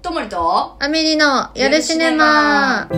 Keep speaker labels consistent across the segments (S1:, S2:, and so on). S1: ともりと
S2: アメリのやるシネマ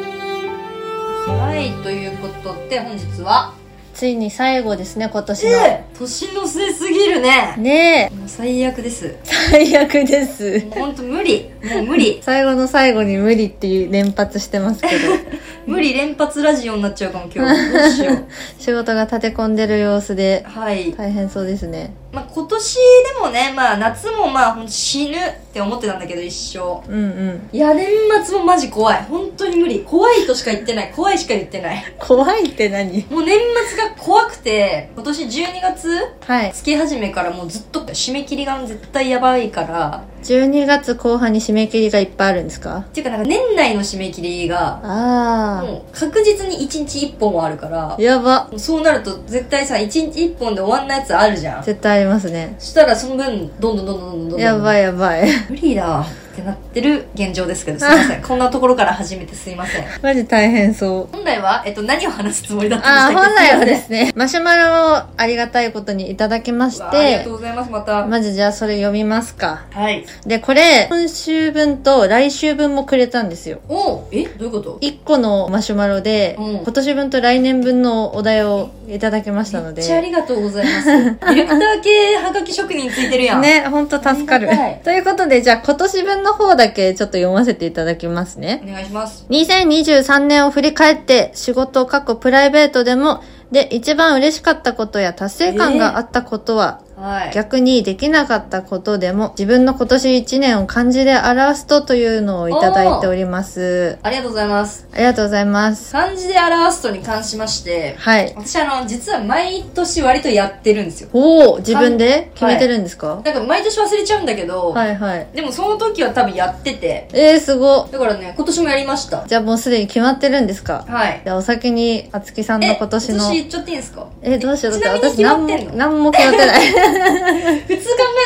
S1: はいということで本日は
S2: ついに最後ですね今年の、
S1: 年のせすぎるね
S2: ねえ
S1: もう最悪です
S2: 最悪です
S1: もう本当無理もう無 理
S2: 最後の最後に無理っていう連発してますけど
S1: 無理連発ラジオになっちゃうかも今日どうしよう
S2: 仕事が立て込んでる様子で
S1: はい、
S2: 大変そうですね
S1: まあ、今年でもね、まあ、夏もまあほんと死ぬって思ってたんだけど一生
S2: うんうん
S1: いや年末もマジ怖い本当に無理怖いとしか言ってない怖いしか言ってない
S2: 怖いって何
S1: もう年末が怖くて今年12月
S2: はい
S1: 月始めからもうずっと締め切りが絶対やばいから
S2: 12月後半に締め切りがいっぱいあるんですか
S1: っていうかなんか年内の締め切りが
S2: ああ
S1: もう確実に1日1本はあるから
S2: やば
S1: もうそうなると絶対さ1日1本で終わんないやつあるじゃんそ
S2: 絶対ありますね
S1: したらその分どんどんどんどんどんどん
S2: やばいやばい
S1: 無理だってなってる現状ですけどすいませ んこんなところから始めてすいません
S2: マジ大変そう
S1: 本来は、えっと、何を話すつもりだったん
S2: あー、
S1: でしたっ
S2: 本
S1: け
S2: 来はですすね、マシュマロをありがたいことにいただきま
S1: い
S2: し
S1: ませんうわありがとう
S2: て、
S1: ございますまた、
S2: まずじゃあそれ読みますか。
S1: はい
S2: で、これ、今週分と来週分もくれたんですよ。
S1: おうえどういうこと
S2: 1個のマシュマロで、
S1: うん
S2: 今年分と来年分のお題をいただきましたの
S1: め
S2: で
S1: っちゃあ。りがとうございますディ レクター系はがき職人ついてるやん、
S2: ね、ほんと助かる
S1: ありがたい。
S2: ということで、じゃあ今年分の方だけちょっと読ませていただきますね。
S1: お願いします
S2: 2023年を振り返って仕事過去プライベートでもで一番嬉しかったことや達成感があったことは、
S1: はい
S2: 逆にできなかったことでも自分の今年1年を漢字で表すとというのをいただいております。
S1: ありがとうございます
S2: ありがとうございます。
S1: 漢字で表すとに関しまして
S2: はい。
S1: 私あの実は毎年割とやってるんですよ
S2: おお自分で決めてるんですか、
S1: なんか毎年忘れちゃうんだけど、
S2: はい、はいはい
S1: でもその時は多分やってて
S2: えー、すご。
S1: だからね今年もやりました
S2: じゃあもうすでに決まってるんですか
S1: はい
S2: じゃあお先に、あつきさんの
S1: え
S2: 今年の
S1: 今。言っちゃっていいんですか
S2: えどうしよう。だ
S1: ち
S2: っ
S1: なみ
S2: て
S1: に
S2: 私
S1: 決ま
S2: 何
S1: っ
S2: も
S1: てん、の
S2: 何も決まってない。
S1: 普通考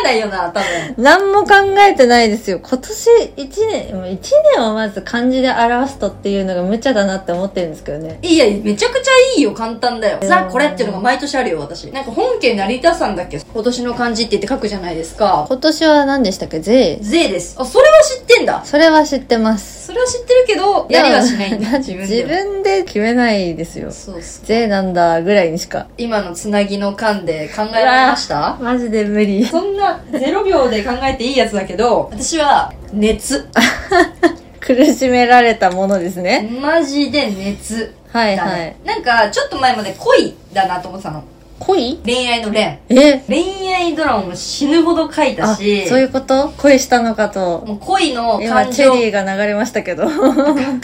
S1: えないよな多分
S2: 何も考えてないですよ。今年一年、もう一年をまず漢字で表すとっていうのが無茶だなって思ってるんですけどね。
S1: いやめちゃくちゃいいよ簡単だよさあこれっていうのが毎年あるよ私なんか本家成田さんだっけ今年の漢字って言って書くじゃないですか
S2: 今年は何でしたっけ税
S1: 税ですあそれは知ってんだ
S2: それは知ってます。
S1: それは知ってるけどやりはしないん
S2: で
S1: だ
S2: も
S1: 自分
S2: 自
S1: では
S2: 分で決めないですよ。
S1: そうそう
S2: 税なんだぐらいにしか。
S1: 今のつなぎの間で考えられました
S2: マジで無理。
S1: そんな0秒で考えていいやつだけど私は熱
S2: 苦しめられたものですね。
S1: マジで熱
S2: はい
S1: だ
S2: はい
S1: ね。なんかちょっと前まで恋だなと思ってたの
S2: 恋
S1: 恋愛の恋
S2: え
S1: 恋愛ドラマも死ぬほど書いた
S2: あ、そう
S1: し
S2: いうこと恋したのかと。
S1: もう恋の
S2: 今、
S1: 感
S2: チェ
S1: 情
S2: リーが流れましたけど。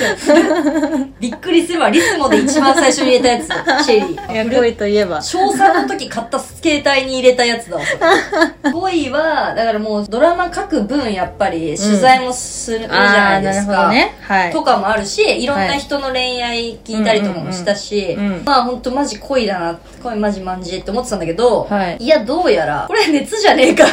S1: びっくりするわリスモで一番最初に入れたやつチェリ
S2: いや
S1: ー
S2: 恋といえば。
S1: 小3の時買った携帯に入れたやつだわそ れ恋はだからもうドラマ書く分やっぱり取材もするじゃないですか、
S2: あーなるほどね。はい。
S1: とかもあるし、いろんな人の恋愛聞いたりとかもしたし、
S2: うんうんうんうん
S1: まあほんとマジ恋だな、恋マジマンジって思ってたんだけど、
S2: はい
S1: やどうやら、これ熱じゃ ねえか。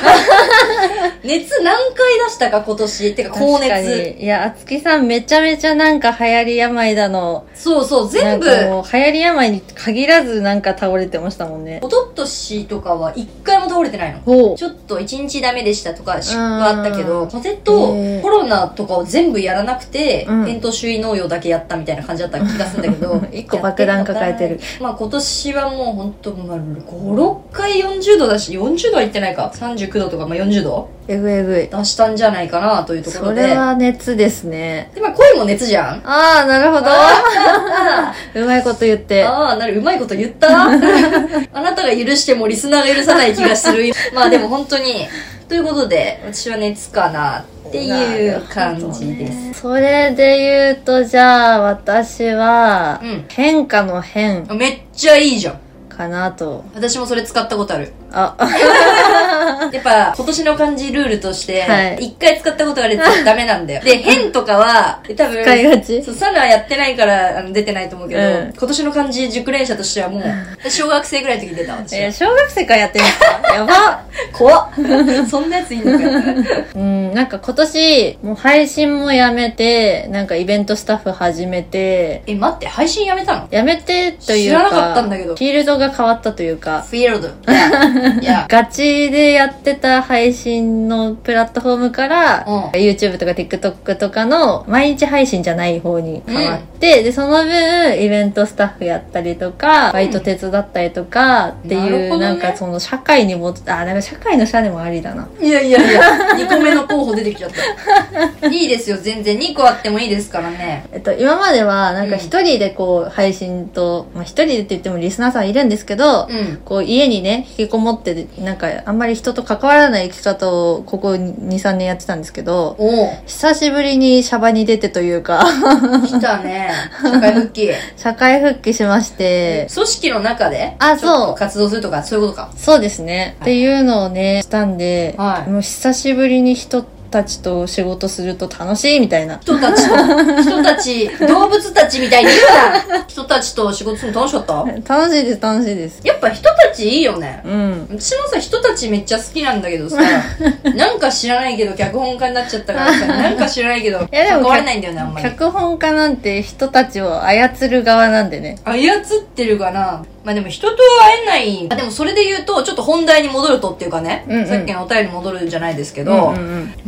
S1: 熱何回出したか今年。ってか高
S2: 確か
S1: 熱。
S2: にいや、あつきさんめちゃめちゃなんか流行り病だの。
S1: そうそう、全部、
S2: なんか
S1: 一
S2: もう流行り病に限らずなんか倒れてましたもんね。
S1: 昨年とかは一回も倒れてないの。
S2: ほう。
S1: ちょっと一日ダメでしたとか、シはあったけ
S2: う
S1: ど、
S2: ん
S1: ポテト、
S2: へー
S1: コロナとかを全部やらなくて、
S2: うん。
S1: 扁桃周囲農業だけやったみたいな感じだった気がするんだけど
S2: 一個爆弾抱えてる。
S1: まあ今年はもうほんと、まあ、5、6回40度だし、40度はいってないか。39度とか、まあ40度
S2: えぐえぐい。
S1: 出したんじゃないかなというとこ
S2: そ
S1: ろで。
S2: れ
S1: で、ま
S2: は熱ですね。
S1: あ恋も熱じゃん
S2: ああ、なるほど。
S1: あ
S2: うまいこと言って。
S1: あー、なる、うまいこと言った あなたが許してもリスナーが許さない気がする。まあでも本当に。ということで、私は熱かなっていう感じです。
S2: それで言うと、じゃあ、私は
S1: うん、
S2: 変化の変
S1: めっちゃいいじゃん。
S2: かなと。
S1: 私もそれ使ったことある。
S2: あ、
S1: やっぱ、今年の漢字ルールとして
S2: はい、
S1: 一回使ったことあるやつはダメなんだよ。で、変とかは、多分、
S2: 使いがち
S1: そうサナはやってないからあの出てないと思うけど、
S2: うん
S1: 今年の漢字熟練者としてはもう、小学生ぐらいの時に出た、私
S2: えー。小学生からやってるんで すかやば
S1: 怖っ そんなやついんのかよ。
S2: うん、なんか今年、もう配信もやめて、なんかイベントスタッフ始めて、
S1: え、待って、配信やめたの
S2: やめてという
S1: 知ら
S2: か、
S1: なかったんだけど
S2: フィールドが変わったというか、
S1: フィー ルド。いや。
S2: ガチでやってた配信のプラットフォームから、
S1: うん
S2: YouTube とか TikTok とかの毎日配信じゃない方に変わって、で、その分、イベントスタッフやったりとか、バイト手伝ったりとかって
S1: なる
S2: い
S1: ほ
S2: う、
S1: どね
S2: なんかその社会にも、あ、なんか社会の社でもありだな。
S1: いやいやいや、2個目の候補出てきちゃ った。いいですよ、全然。2個あってもいいですからね。
S2: えっと、今までは、なんか
S1: うん
S2: 一人でこう、配信と、まあ一人でって言ってもリスナーさんいるんですけど、
S1: うん。
S2: こう家にね、引きこもって、なんかあんまり人と関わらない生き方をここ2、3年やってたんですけど、
S1: おう
S2: 久しぶりにシャバに出てというか、
S1: 来たね。社会 復帰。
S2: 社会復帰しまして、
S1: 組織の中で、
S2: あ
S1: ちょっと
S2: そう
S1: 活動するとか、そういうことか。
S2: そうですね。っていうのをね、したんで、
S1: はい
S2: もう久しぶりに人たちと仕事すると楽しいみたいな。
S1: 人たちと、 人たち、動物たちみたいに言うな人たちと仕事するの楽しか った
S2: 楽しいです、楽しいです。
S1: やっぱ人たちいいよね。
S2: うん。
S1: 私もさ、人たちめっちゃ好きなんだけ どさ、なんか知らないけど脚本家になっちゃったから さ、なんか知らないけど、
S2: やでも
S1: 関われないんだよね、あんまり。
S2: 脚本家なんて人たちを操る側なんでね。
S1: 操ってるかなまあでも人と会えない。あ、でもそれで言うと、ちょっと本題に戻るとっていうかね、
S2: うんうん
S1: さっきのお便りに戻るじゃないですけ
S2: う
S1: ど、
S2: んう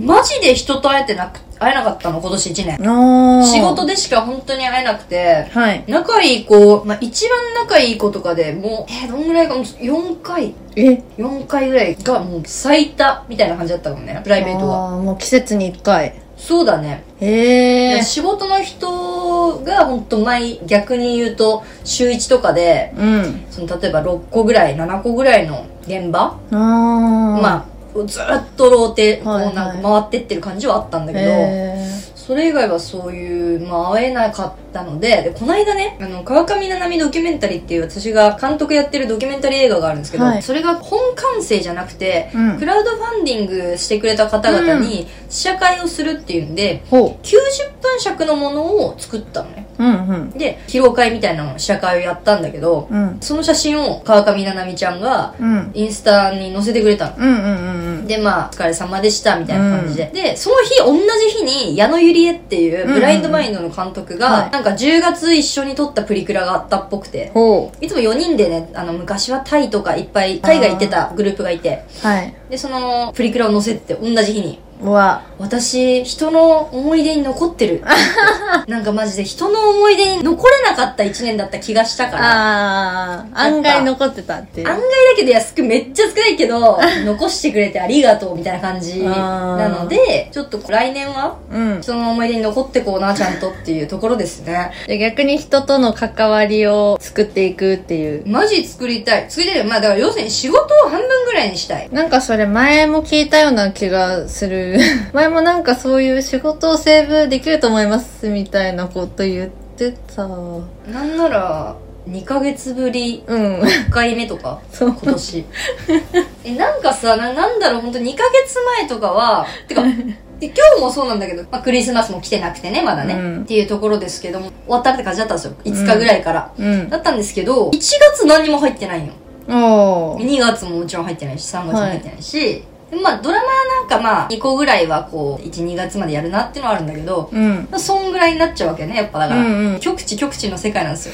S2: ん
S1: マジで人と会えてなく、会えなかったの、今年1年。
S2: うんおー
S1: 仕事でしか本当に会えなくて、
S2: はい。
S1: 仲いい子、まあ一番仲いい子とかでもう、えーどんぐらいか、もう4回、
S2: え
S1: 4回ぐらいがもう最多みたいな感じだったもんね、プライベートは。
S2: あーもう季節に1回。
S1: そうだね。い
S2: へえ
S1: や。仕事の人が本当毎、逆に言うと、週1とかで、
S2: うん。
S1: その例えば6個ぐらい7個ぐらいの現場、
S2: ああ。あ、
S1: まあずっとローテ、
S2: はいはい
S1: こうなんか回ってってる感じはあったんだけど、
S2: へ
S1: それ以外はそういう、まあ、会えなかったのででこの間ねあの川上七海ドキュメンタリーっていう私が監督やってるドキュメンタリー映画があるんですけど、
S2: はい
S1: それが本完成じゃなくて、
S2: うん
S1: クラウドファンディングしてくれた方々に試写会をするっていうんで
S2: ーほ
S1: 90分尺のものを作ったのね
S2: う。うんうん。
S1: で披露会みたいなのを試写会をやったんだけど、
S2: うん。
S1: その写真を川上ななみちゃんが
S2: うん。
S1: インスタに載せてくれたの。
S2: うんうんうん
S1: で、まあ、お疲れ様でした、みたいな感じで。で、その日、同じ日に、矢野ゆりえってい
S2: んうん
S1: う、ブラインドマインドの監督が、
S2: はい
S1: なんか10月一緒に撮ったプリクラがあったっぽくて、
S2: ほ
S1: いつも4人でね、あの、昔はタイとかいっぱい、海外行ってたグループがいて、
S2: う。はい。
S1: で、その、プリクラを載せて、同じ日に。
S2: うわ。
S1: 私、人の思い出に残ってる。なんかマジで人の思い出に残れなかった1年だった気がしたから。
S2: ああ。案外残ってたっていう。
S1: 案外だけど安くめっちゃ少ないけど残してくれてありがとうみたいな感じなのでちょっと来年は
S2: うん。じ
S1: 人の思い出に残ってこうなちゃんとっていうところですね
S2: ゃあ逆に人との関わりを作っていくっていう。
S1: マジ作りたい作りたいまあだから要するに仕事を半分ぐらいにしたい
S2: なんかそれ前も聞いたような気がする。 前もなんかそういう仕事をセーブできると思いますみたいなこと言ってた。うん。
S1: なんなら2ヶ月ぶり1回目とか
S2: そう
S1: 今年えなんかさななんだろう本当2ヶ月前とか はてかで今日もそうなんだけど、まあ、クリスマスも来てなくてねまだね、
S2: うん
S1: っていうところですけども終わったって感じだったんですよ5日ぐらいから、
S2: うん。
S1: だったんですけど、1月何にも入ってないよ。
S2: おー。
S1: 2月ももちろん入ってないし、3月も入ってないし、でまあドラマなんかまあ2個ぐらいはこう、1、2月までやるなっていうのはあるんだけど、
S2: うん。
S1: そんぐらいになっちゃうわけね、やっぱだから。
S2: うんうん
S1: 極地極地の世界なん ですよ。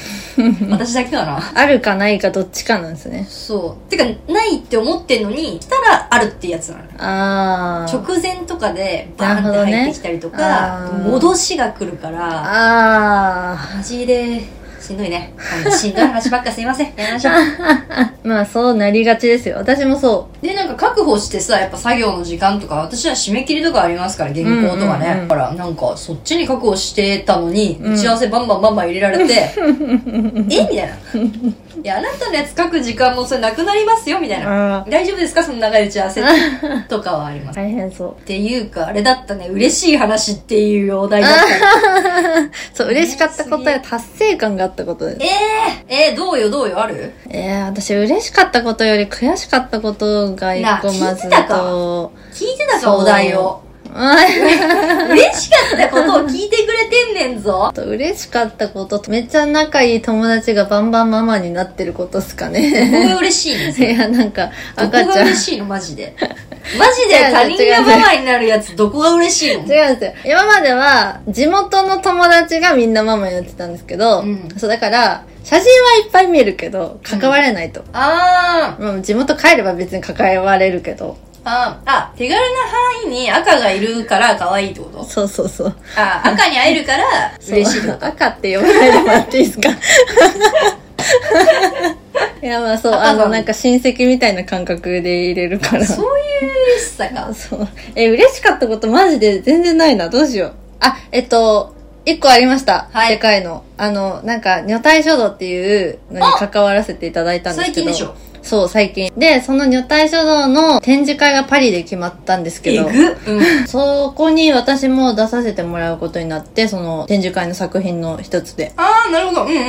S1: 私だけかな。
S2: あるかないかどっちかなんですね。
S1: そう。てか、ないって思ってんのに、来たらあるってやつなの。
S2: あー。
S1: 直前とかでバーンっ
S2: なる
S1: て
S2: ほどね
S1: 入ってきたりと
S2: あ
S1: か、
S2: ー
S1: 戻しが来るから、
S2: あ
S1: マジで、しんどいね。あのしんどい話ばっかすいません。 やめましょう。
S2: ー。まあそうなりがちですよ。私もそ
S1: で、なんか確保してさ、やっぱ作業の時間とか、私は締め切りとかありますから、原稿とかね。
S2: うんうんうん
S1: だから、なんか、そっちに確保してたのに、
S2: うん。
S1: 打ち合わせバンバンバンバン入れられて、えみたいな。いや、あなたのやつ書く時間もそれなくなりますよ、みたいうな。
S2: あー。
S1: 大丈夫ですかその長い打ち合わせとかはあります。
S2: 大変そ
S1: っ
S2: う。
S1: ていうか、あれだったね、嬉しい話っていうお題だったね。
S2: そう、嬉しかったことや達成感があっったことです。
S1: えー、どうよどうよある
S2: えー、私嬉しかったことより悔しかったことが一個
S1: なあ
S2: ま
S1: 聞
S2: ず
S1: いてたか
S2: と、
S1: 聞いてたか
S2: そう
S1: お題を。
S2: うん
S1: 嬉しかったことを聞いてくれてんねんぞ。
S2: あと嬉しかったことと、めっちゃ仲いい友達がバンバンママになってることですか
S1: ここ
S2: ね。
S1: が嬉しいね
S2: い。や、なんか、
S1: どこ
S2: 赤ち
S1: が
S2: ゃん。違
S1: 嬉しいのマジで。マジで他人がママになるやつどこが嬉しいの
S2: うんですよ。今までは、地元の友達がみんなママになってたんですけ
S1: う
S2: ど、
S1: ん
S2: そうだから、写真はいっぱい見るけど、関われないと。
S1: あー、
S2: まあ地元帰れば別に関われるけど。
S1: あー、あ、手軽な範囲に赤がいるから可愛いってこと
S2: そうそうそう。
S1: あー、赤に会えるから嬉しいって
S2: そう
S1: こと
S2: 赤って呼ばないでもらっていいですか いやまあそう、
S1: 赤
S2: あ
S1: さん
S2: のなんか親戚みたいな感覚で入れるから。
S1: そういう嬉しさが。
S2: そう。え、嬉しかったことマジで全然ないな。どうしよう。あ、えっと、一個ありました。
S1: はい
S2: でかいの。あの、なんか、女体書道っていうのに関わらせていただいたんです
S1: 最
S2: け
S1: 近
S2: ど。
S1: でしょ
S2: そう、最近。で、その女体書道の展示会がパリで決まったんですけ
S1: え
S2: ど
S1: ぐ。うん。
S2: そこに私も出させてもらうことになって、その展示会の作品の一つで。
S1: あー、なるほど。うんうん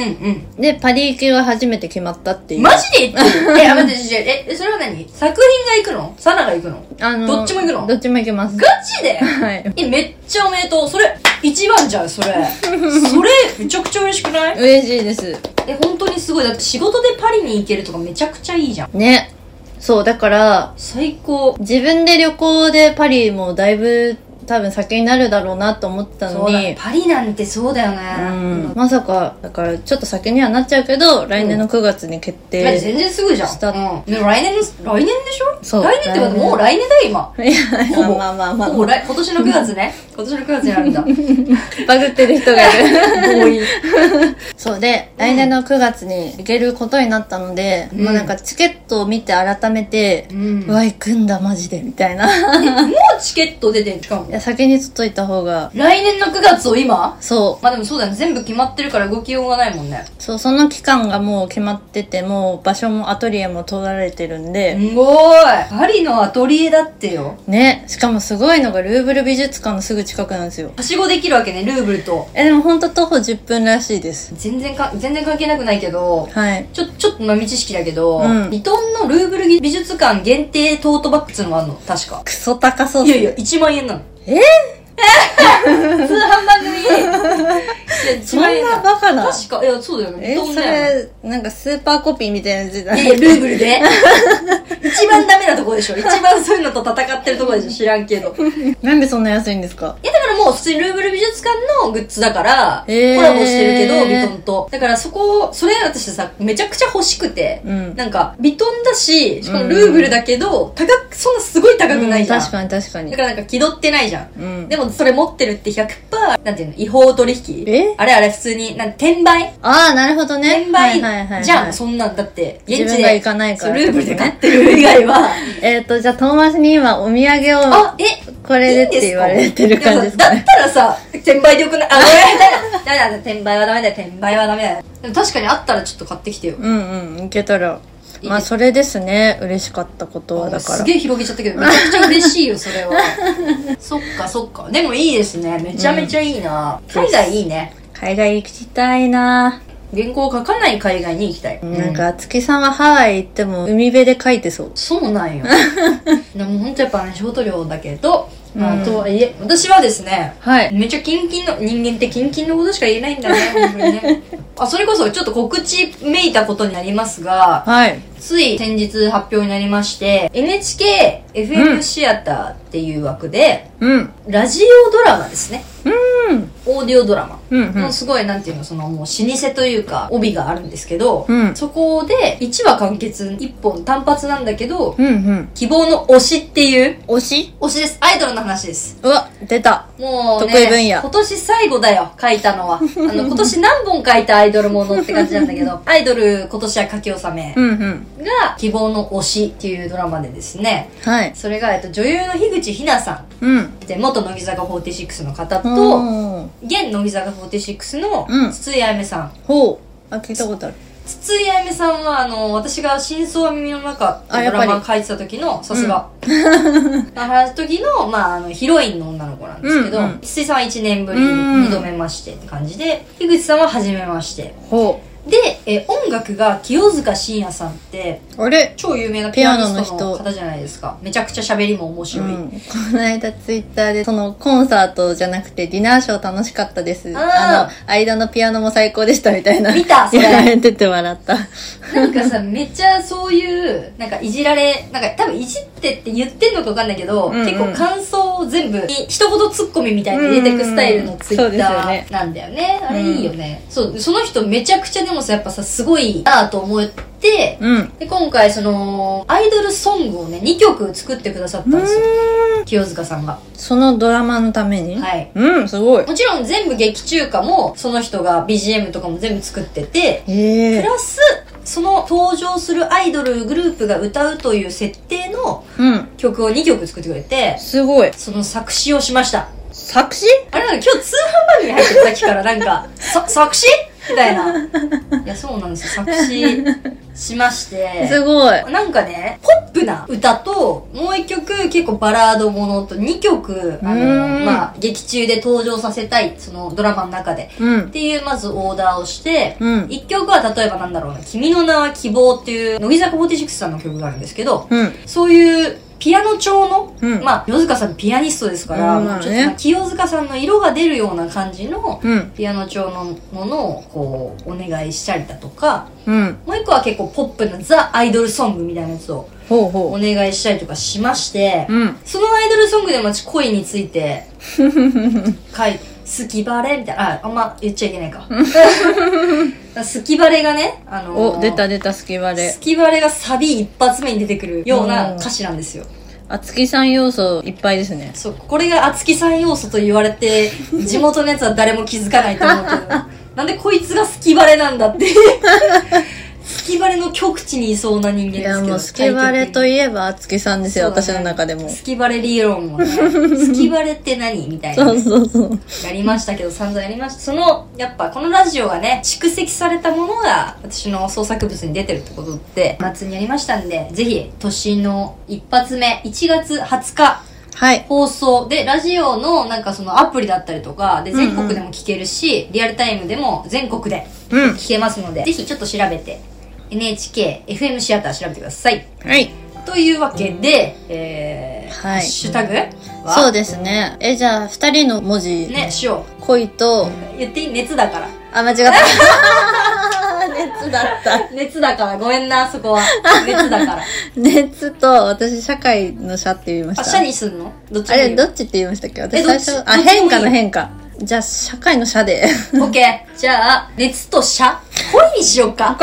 S1: うん。
S2: で、パリ行きが初めて決まったっていう。
S1: マジで言ってるえ、あ、待って、待ってえ、それは何作品が行くのサナが行くの
S2: あの
S1: どっちも行くの
S2: どっちも行けます。
S1: ガチで
S2: はい。
S1: え、めっちゃおめでとう。それ、一番じゃん、それ。それ、めちゃくちゃ嬉しくない
S2: 嬉しいです。
S1: え、本当にすごい。だって仕事でパリに行けるとかめちゃくちゃいいじゃん。
S2: ね。そう、だから、
S1: 最高。
S2: 自分で旅行でパリもだいぶ多分先になるだろうなと思ってた
S1: そ
S2: の
S1: うだね
S2: に。
S1: パリなんてそうだよ
S2: う
S1: ね
S2: ん。。まさか、だからちょっと先にはなっちゃうけど、来年の9月に決
S1: だって
S2: 定。
S1: 全然すぐじゃん。
S2: した
S1: うん。ね来年の、来年でしょ
S2: そう
S1: 来年ってこと
S2: 来年
S1: もう来年だよ、今。
S2: いやいや
S1: ほぼ
S2: まあまあまあ
S1: ほぼ来、今年の9月ね。今年の9月になるんだ。
S2: バグってる人がいる。
S1: 多い。
S2: そうで、来年の9月に行けることになったので、
S1: うん
S2: まあなんかチケットを見て改めて、
S1: うん。
S2: う
S1: もう
S2: わ、行くんだ、マジで、みたいな。
S1: チケット出てん、しかも
S2: い。や、先に取っといた方が、
S1: 来年の9月を今
S2: そ
S1: まあでもそうだよね。全部決まってるから動きようがないもんね。
S2: う、そう、その期間がもう決まってて、もう場所もアトリエも取られてるんで、
S1: すごいパリのアトリエだってよ。
S2: ねしかもすごいのがルーブル美術館のすぐ近くなんですよ
S1: はしごできるわけね、ルーブルと。
S2: えでも本当徒歩10分らしいです
S1: 全然か、全然関係なくないけど、
S2: はい
S1: ちょ、ちょっと豆知識だけど、
S2: うん
S1: リトンのルーブル美術館限定トートバッグっつうのがあるの、確か。
S2: クソ高そうっ
S1: い
S2: す
S1: や
S2: ね
S1: いや、1万円なの。
S2: え
S1: ー、通販番 組いや、1
S2: そん
S1: 万円
S2: な
S1: な
S2: バカ
S1: の
S2: な
S1: 確か、いや、そうだよね。
S2: え
S1: リトン
S2: そ
S1: だよね。
S2: れなんかスーパーコピーみたいな時
S1: いや
S2: 代
S1: いや、ルーブルで 一番ダメなとこでしょ一番そういうのと戦ってるとこでしょ知らんけど。
S2: なんでそんな安いんですか
S1: いや、だからもう普通にルーブル美術館のグッズだから、
S2: へー
S1: コラボしてるけど、ビトンと。だからそこを、それ私さ、めちゃくちゃ欲しくて、
S2: うん
S1: なんか、ビトンだし、しかもルーブルだけど、高く、そんなすごい高くないじゃん。
S2: うん確かに確かに
S1: だからなんか気取ってないじゃん。
S2: うん
S1: でもそれ持ってるって100%、なんていうの、違法取引
S2: え
S1: あれあれ普通に、なん転売
S2: ああなるほどね
S1: 転売
S2: はいはいはいはい
S1: じゃん、そんなんだって、現地で。
S2: 自分が行かないから
S1: そうルーブルで買ってる以外は。
S2: えっ、とじゃあ遠回しに今お土産を
S1: あ、え、
S2: これでって言われてる感じですか
S1: いいん
S2: ね
S1: ですかだったらさ、転売でよくないあ、ごめんなさい。ダメだ、転売はダメだよ、転売はダメだよ。でも確かにあったらちょっと買ってきてよ。
S2: うんうんいけたら
S1: いい
S2: まあそれですね嬉しかったことはだから
S1: すげえ広げちゃったけど、めちゃくちゃ嬉しいよ、それは。 そっかそっか。でもいいですね。めちゃめちゃいいな。海外いいね。
S2: 海外行きたいな
S1: 原稿を書かない海外に行きたい。
S2: なんか、月さんはハワイ行っても海辺で書いてそう。
S1: そうなんよ。 でも本当やっぱね、仕事量だけど、
S2: う
S1: ま
S2: ん
S1: あ、とはいえ、私はですね、
S2: はい。
S1: めっちゃキンキンの、人間ってキンキンのことしか言えないんだね、本当に ね。あ、それこそちょっと告知めいたことになりますが、
S2: はい。
S1: つい先日発表になりまして、NHK FM シアターっていう枠で、
S2: うん。
S1: ラジオドラマですね。
S2: うん。
S1: オーディオドラマ。
S2: うん。
S1: のすごい、なんていうの、その、もう、老舗というか、帯があるんですけど、
S2: うん
S1: そこで、1話完結、1本単発なんだけど、
S2: うん。うん。
S1: 希望の推しっていう、
S2: 推し
S1: 推しです。アイドルの話です。
S2: うわ、出た。
S1: もう、ね、
S2: 得意分野
S1: 今年最後だよ、書いたのは。あの、 今年何本書いたアイドルものって感じなんだけど、 アイドル今年は書き納め
S2: ん。うん。
S1: が、希望の推しっていうドラマでですね、
S2: はい。
S1: それが、えっと、女優の樋口ひなさ
S2: うん。
S1: ん、で元乃木坂46の方と、
S2: ほ
S1: 現乃木坂46の
S2: うん
S1: 筒井あやめさん
S2: う。ほう。あ、聞いたことある。
S1: 筒井あやめさんは、あの、私が真相は耳の中って
S2: あ
S1: ド
S2: やっぱ
S1: ラ
S2: り
S1: マ書いてた時の、さす が。話す時の、まあ、あの、ヒロインの女の子なんですけど
S2: うんうん、
S1: 筒井さんは1年ぶりに
S2: うん
S1: 2度目ましてって感じで、樋口さんは初めまして。
S2: ほ
S1: で、え、音楽が清塚信也さんって、
S2: う。あれ
S1: 超有名なピ
S2: ピ
S1: ア
S2: ア
S1: ニ
S2: ノの
S1: ス
S2: 人
S1: トの方じゃないですか。めちゃくちゃ喋りも面
S2: う
S1: 白い。
S2: ん、この間ツイッターでそのコンサートじゃなくてディナーショー楽しかったです
S1: ん
S2: あの間のピアノも最高でしたみたいな
S1: 見たそれ
S2: やられてて笑った
S1: なんかさ、めっちゃそういう、なんかいじられ、なんか多分いじってって言ってんのかわかんないけど、
S2: うんうん
S1: 結構感想を全部に、一言ツッコミみたいに入れてくスタイルのツイ
S2: そう
S1: ッ
S2: です
S1: タ
S2: よね
S1: ーなんだよね。あれいいよね、そう、その人めちゃくちゃでもさ、やっぱさ、すごいなぁと思って、
S2: うん
S1: で、今回その、アイドルソングをね、2曲作ってくださったんですよ。清塚さんが。
S2: そのドラマのために、
S1: はい。
S2: うんすごい
S1: もちろん全部劇中歌も、その人が BGM とかも全部作ってて、
S2: へ
S1: プ
S2: え
S1: ラスその登場するアイドルグループが歌うという設定の
S2: うん
S1: 曲を2曲作ってくれて
S2: すごい
S1: その作詞をしました
S2: 作詞
S1: あれなんか今日通販番組入ってるさっきからなん か「さ作詞?」みたいないやそうなんですよ作詞しまして
S2: すごい
S1: なんかね、ポップな歌と、もう一曲結構バラードものと、二曲、あの、
S2: うーん
S1: まあ、劇中で登場させたい、そのドラマの中で。
S2: う
S1: っ
S2: ん
S1: ていう、まずオーダーをして、
S2: うん
S1: 一曲は例えばなんだろうな、君の名は希望っていう、乃木坂46さんの曲があるんですけど、
S2: うん
S1: そういう、ピアノ調の、
S2: うん
S1: まあ、清塚さんピアニストですから、
S2: うんま
S1: も
S2: あね
S1: うちょっとなんか清塚さんの色が出るような感じの、
S2: うん
S1: ピアノ調のものを、こう、お願いしたりだとか、
S2: うん
S1: もう一個は結構ポップなザ・アイドルソングみたいなやつを
S2: ほう
S1: お
S2: ほ
S1: 願いしたりとかしまして
S2: う、うん
S1: そのアイドルソングでも私恋について、 かい、好きバレみたいな、あ、あんま言っちゃいけない か。好きバレがね、あのー
S2: お出た出た好きバレ
S1: 好きバレがサビ一発目に出てくるような歌詞なんですよ。
S2: 厚木さん要素いっぱいですね
S1: そう、これが厚木さん要素と言われ て、地元のやつは誰も気づかないと思うけど、なんでこいつが好きバレなんだって。好きバレの極地にいそうな人間で
S2: い
S1: すけど。
S2: やもう好きバレといえば厚木さんですよ、
S1: そうだね
S2: 私の中でも
S1: スキバレ理論もね、スキバレって何みたいな。
S2: そうそうそう
S1: やりましたけど、散々やりました。その、やっぱこのラジオがね、蓄積されたものが、私の創作物に出てるってことって、夏にやりましたんで、ぜひ、年の一発目、1月20日、
S2: はい
S1: 放送で、ラジオのなんかそのアプリだったりとか、で、全国でも聞けるし、リアルタイムでも全国で
S2: うん
S1: 聞けますので、ぜひちょっと調べて、NHK、FM シアター調べてください。
S2: はい
S1: というわけで、えー、
S2: は
S1: ハ
S2: い
S1: ッシュタグは
S2: そうですねえじゃあ二人の文字、
S1: ね、しよ
S2: 恋と
S1: う。言っていい熱だから。
S2: あ間違った 熱だった
S1: 熱だから、ごめんな、そ こは。熱だから。
S2: 熱と私社会の社って言いました
S1: あ、社にすんのどっち
S2: あれ
S1: に
S2: どっちって言いましたっけ
S1: えどっ
S2: 私最
S1: ち
S2: 初
S1: ど
S2: あ
S1: っちでもいい
S2: 変化の変化じゃあ社会の 社で
S1: オッケー。じゃあ、熱と 社恋にしよっか。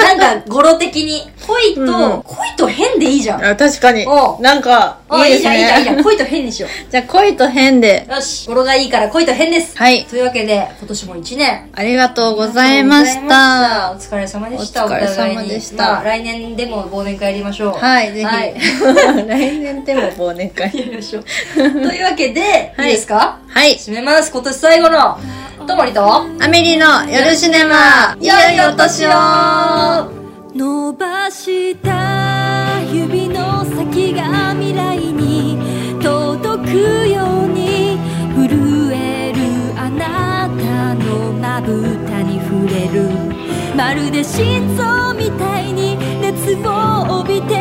S1: なんか、語呂的に。恋と、
S2: うんう
S1: 恋
S2: ん
S1: と変でいいじゃん。
S2: あ確かに
S1: おう
S2: なんか
S1: あ、いいじゃん、いいじゃん、いいじゃ
S2: ね
S1: ん。恋と変にしよ
S2: じゃあ恋と変で
S1: う。よし、語呂がいいから恋と変です。
S2: はい
S1: というわけで、今年も一年。
S2: ありがとうございました
S1: ありがとうございました。お疲れ様でした。
S2: お疲れ様でした
S1: お互いにまあ、来年でも忘年会やりましょう。
S2: はい、ぜひ。
S1: はい。
S2: 来年でも忘年会。
S1: やりましょう。というわけで、い、
S2: はい
S1: いですか
S2: はい。
S1: 締めます。今年最後の、ともりと、
S2: アメリの夜シネマ、いよいよお年を
S3: 伸ばした指の先が未来に届くように震えるあなたのまぶたに触れるまるで心臓みたいに熱を帯びて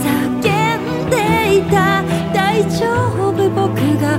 S3: 叫んでいた大丈夫僕が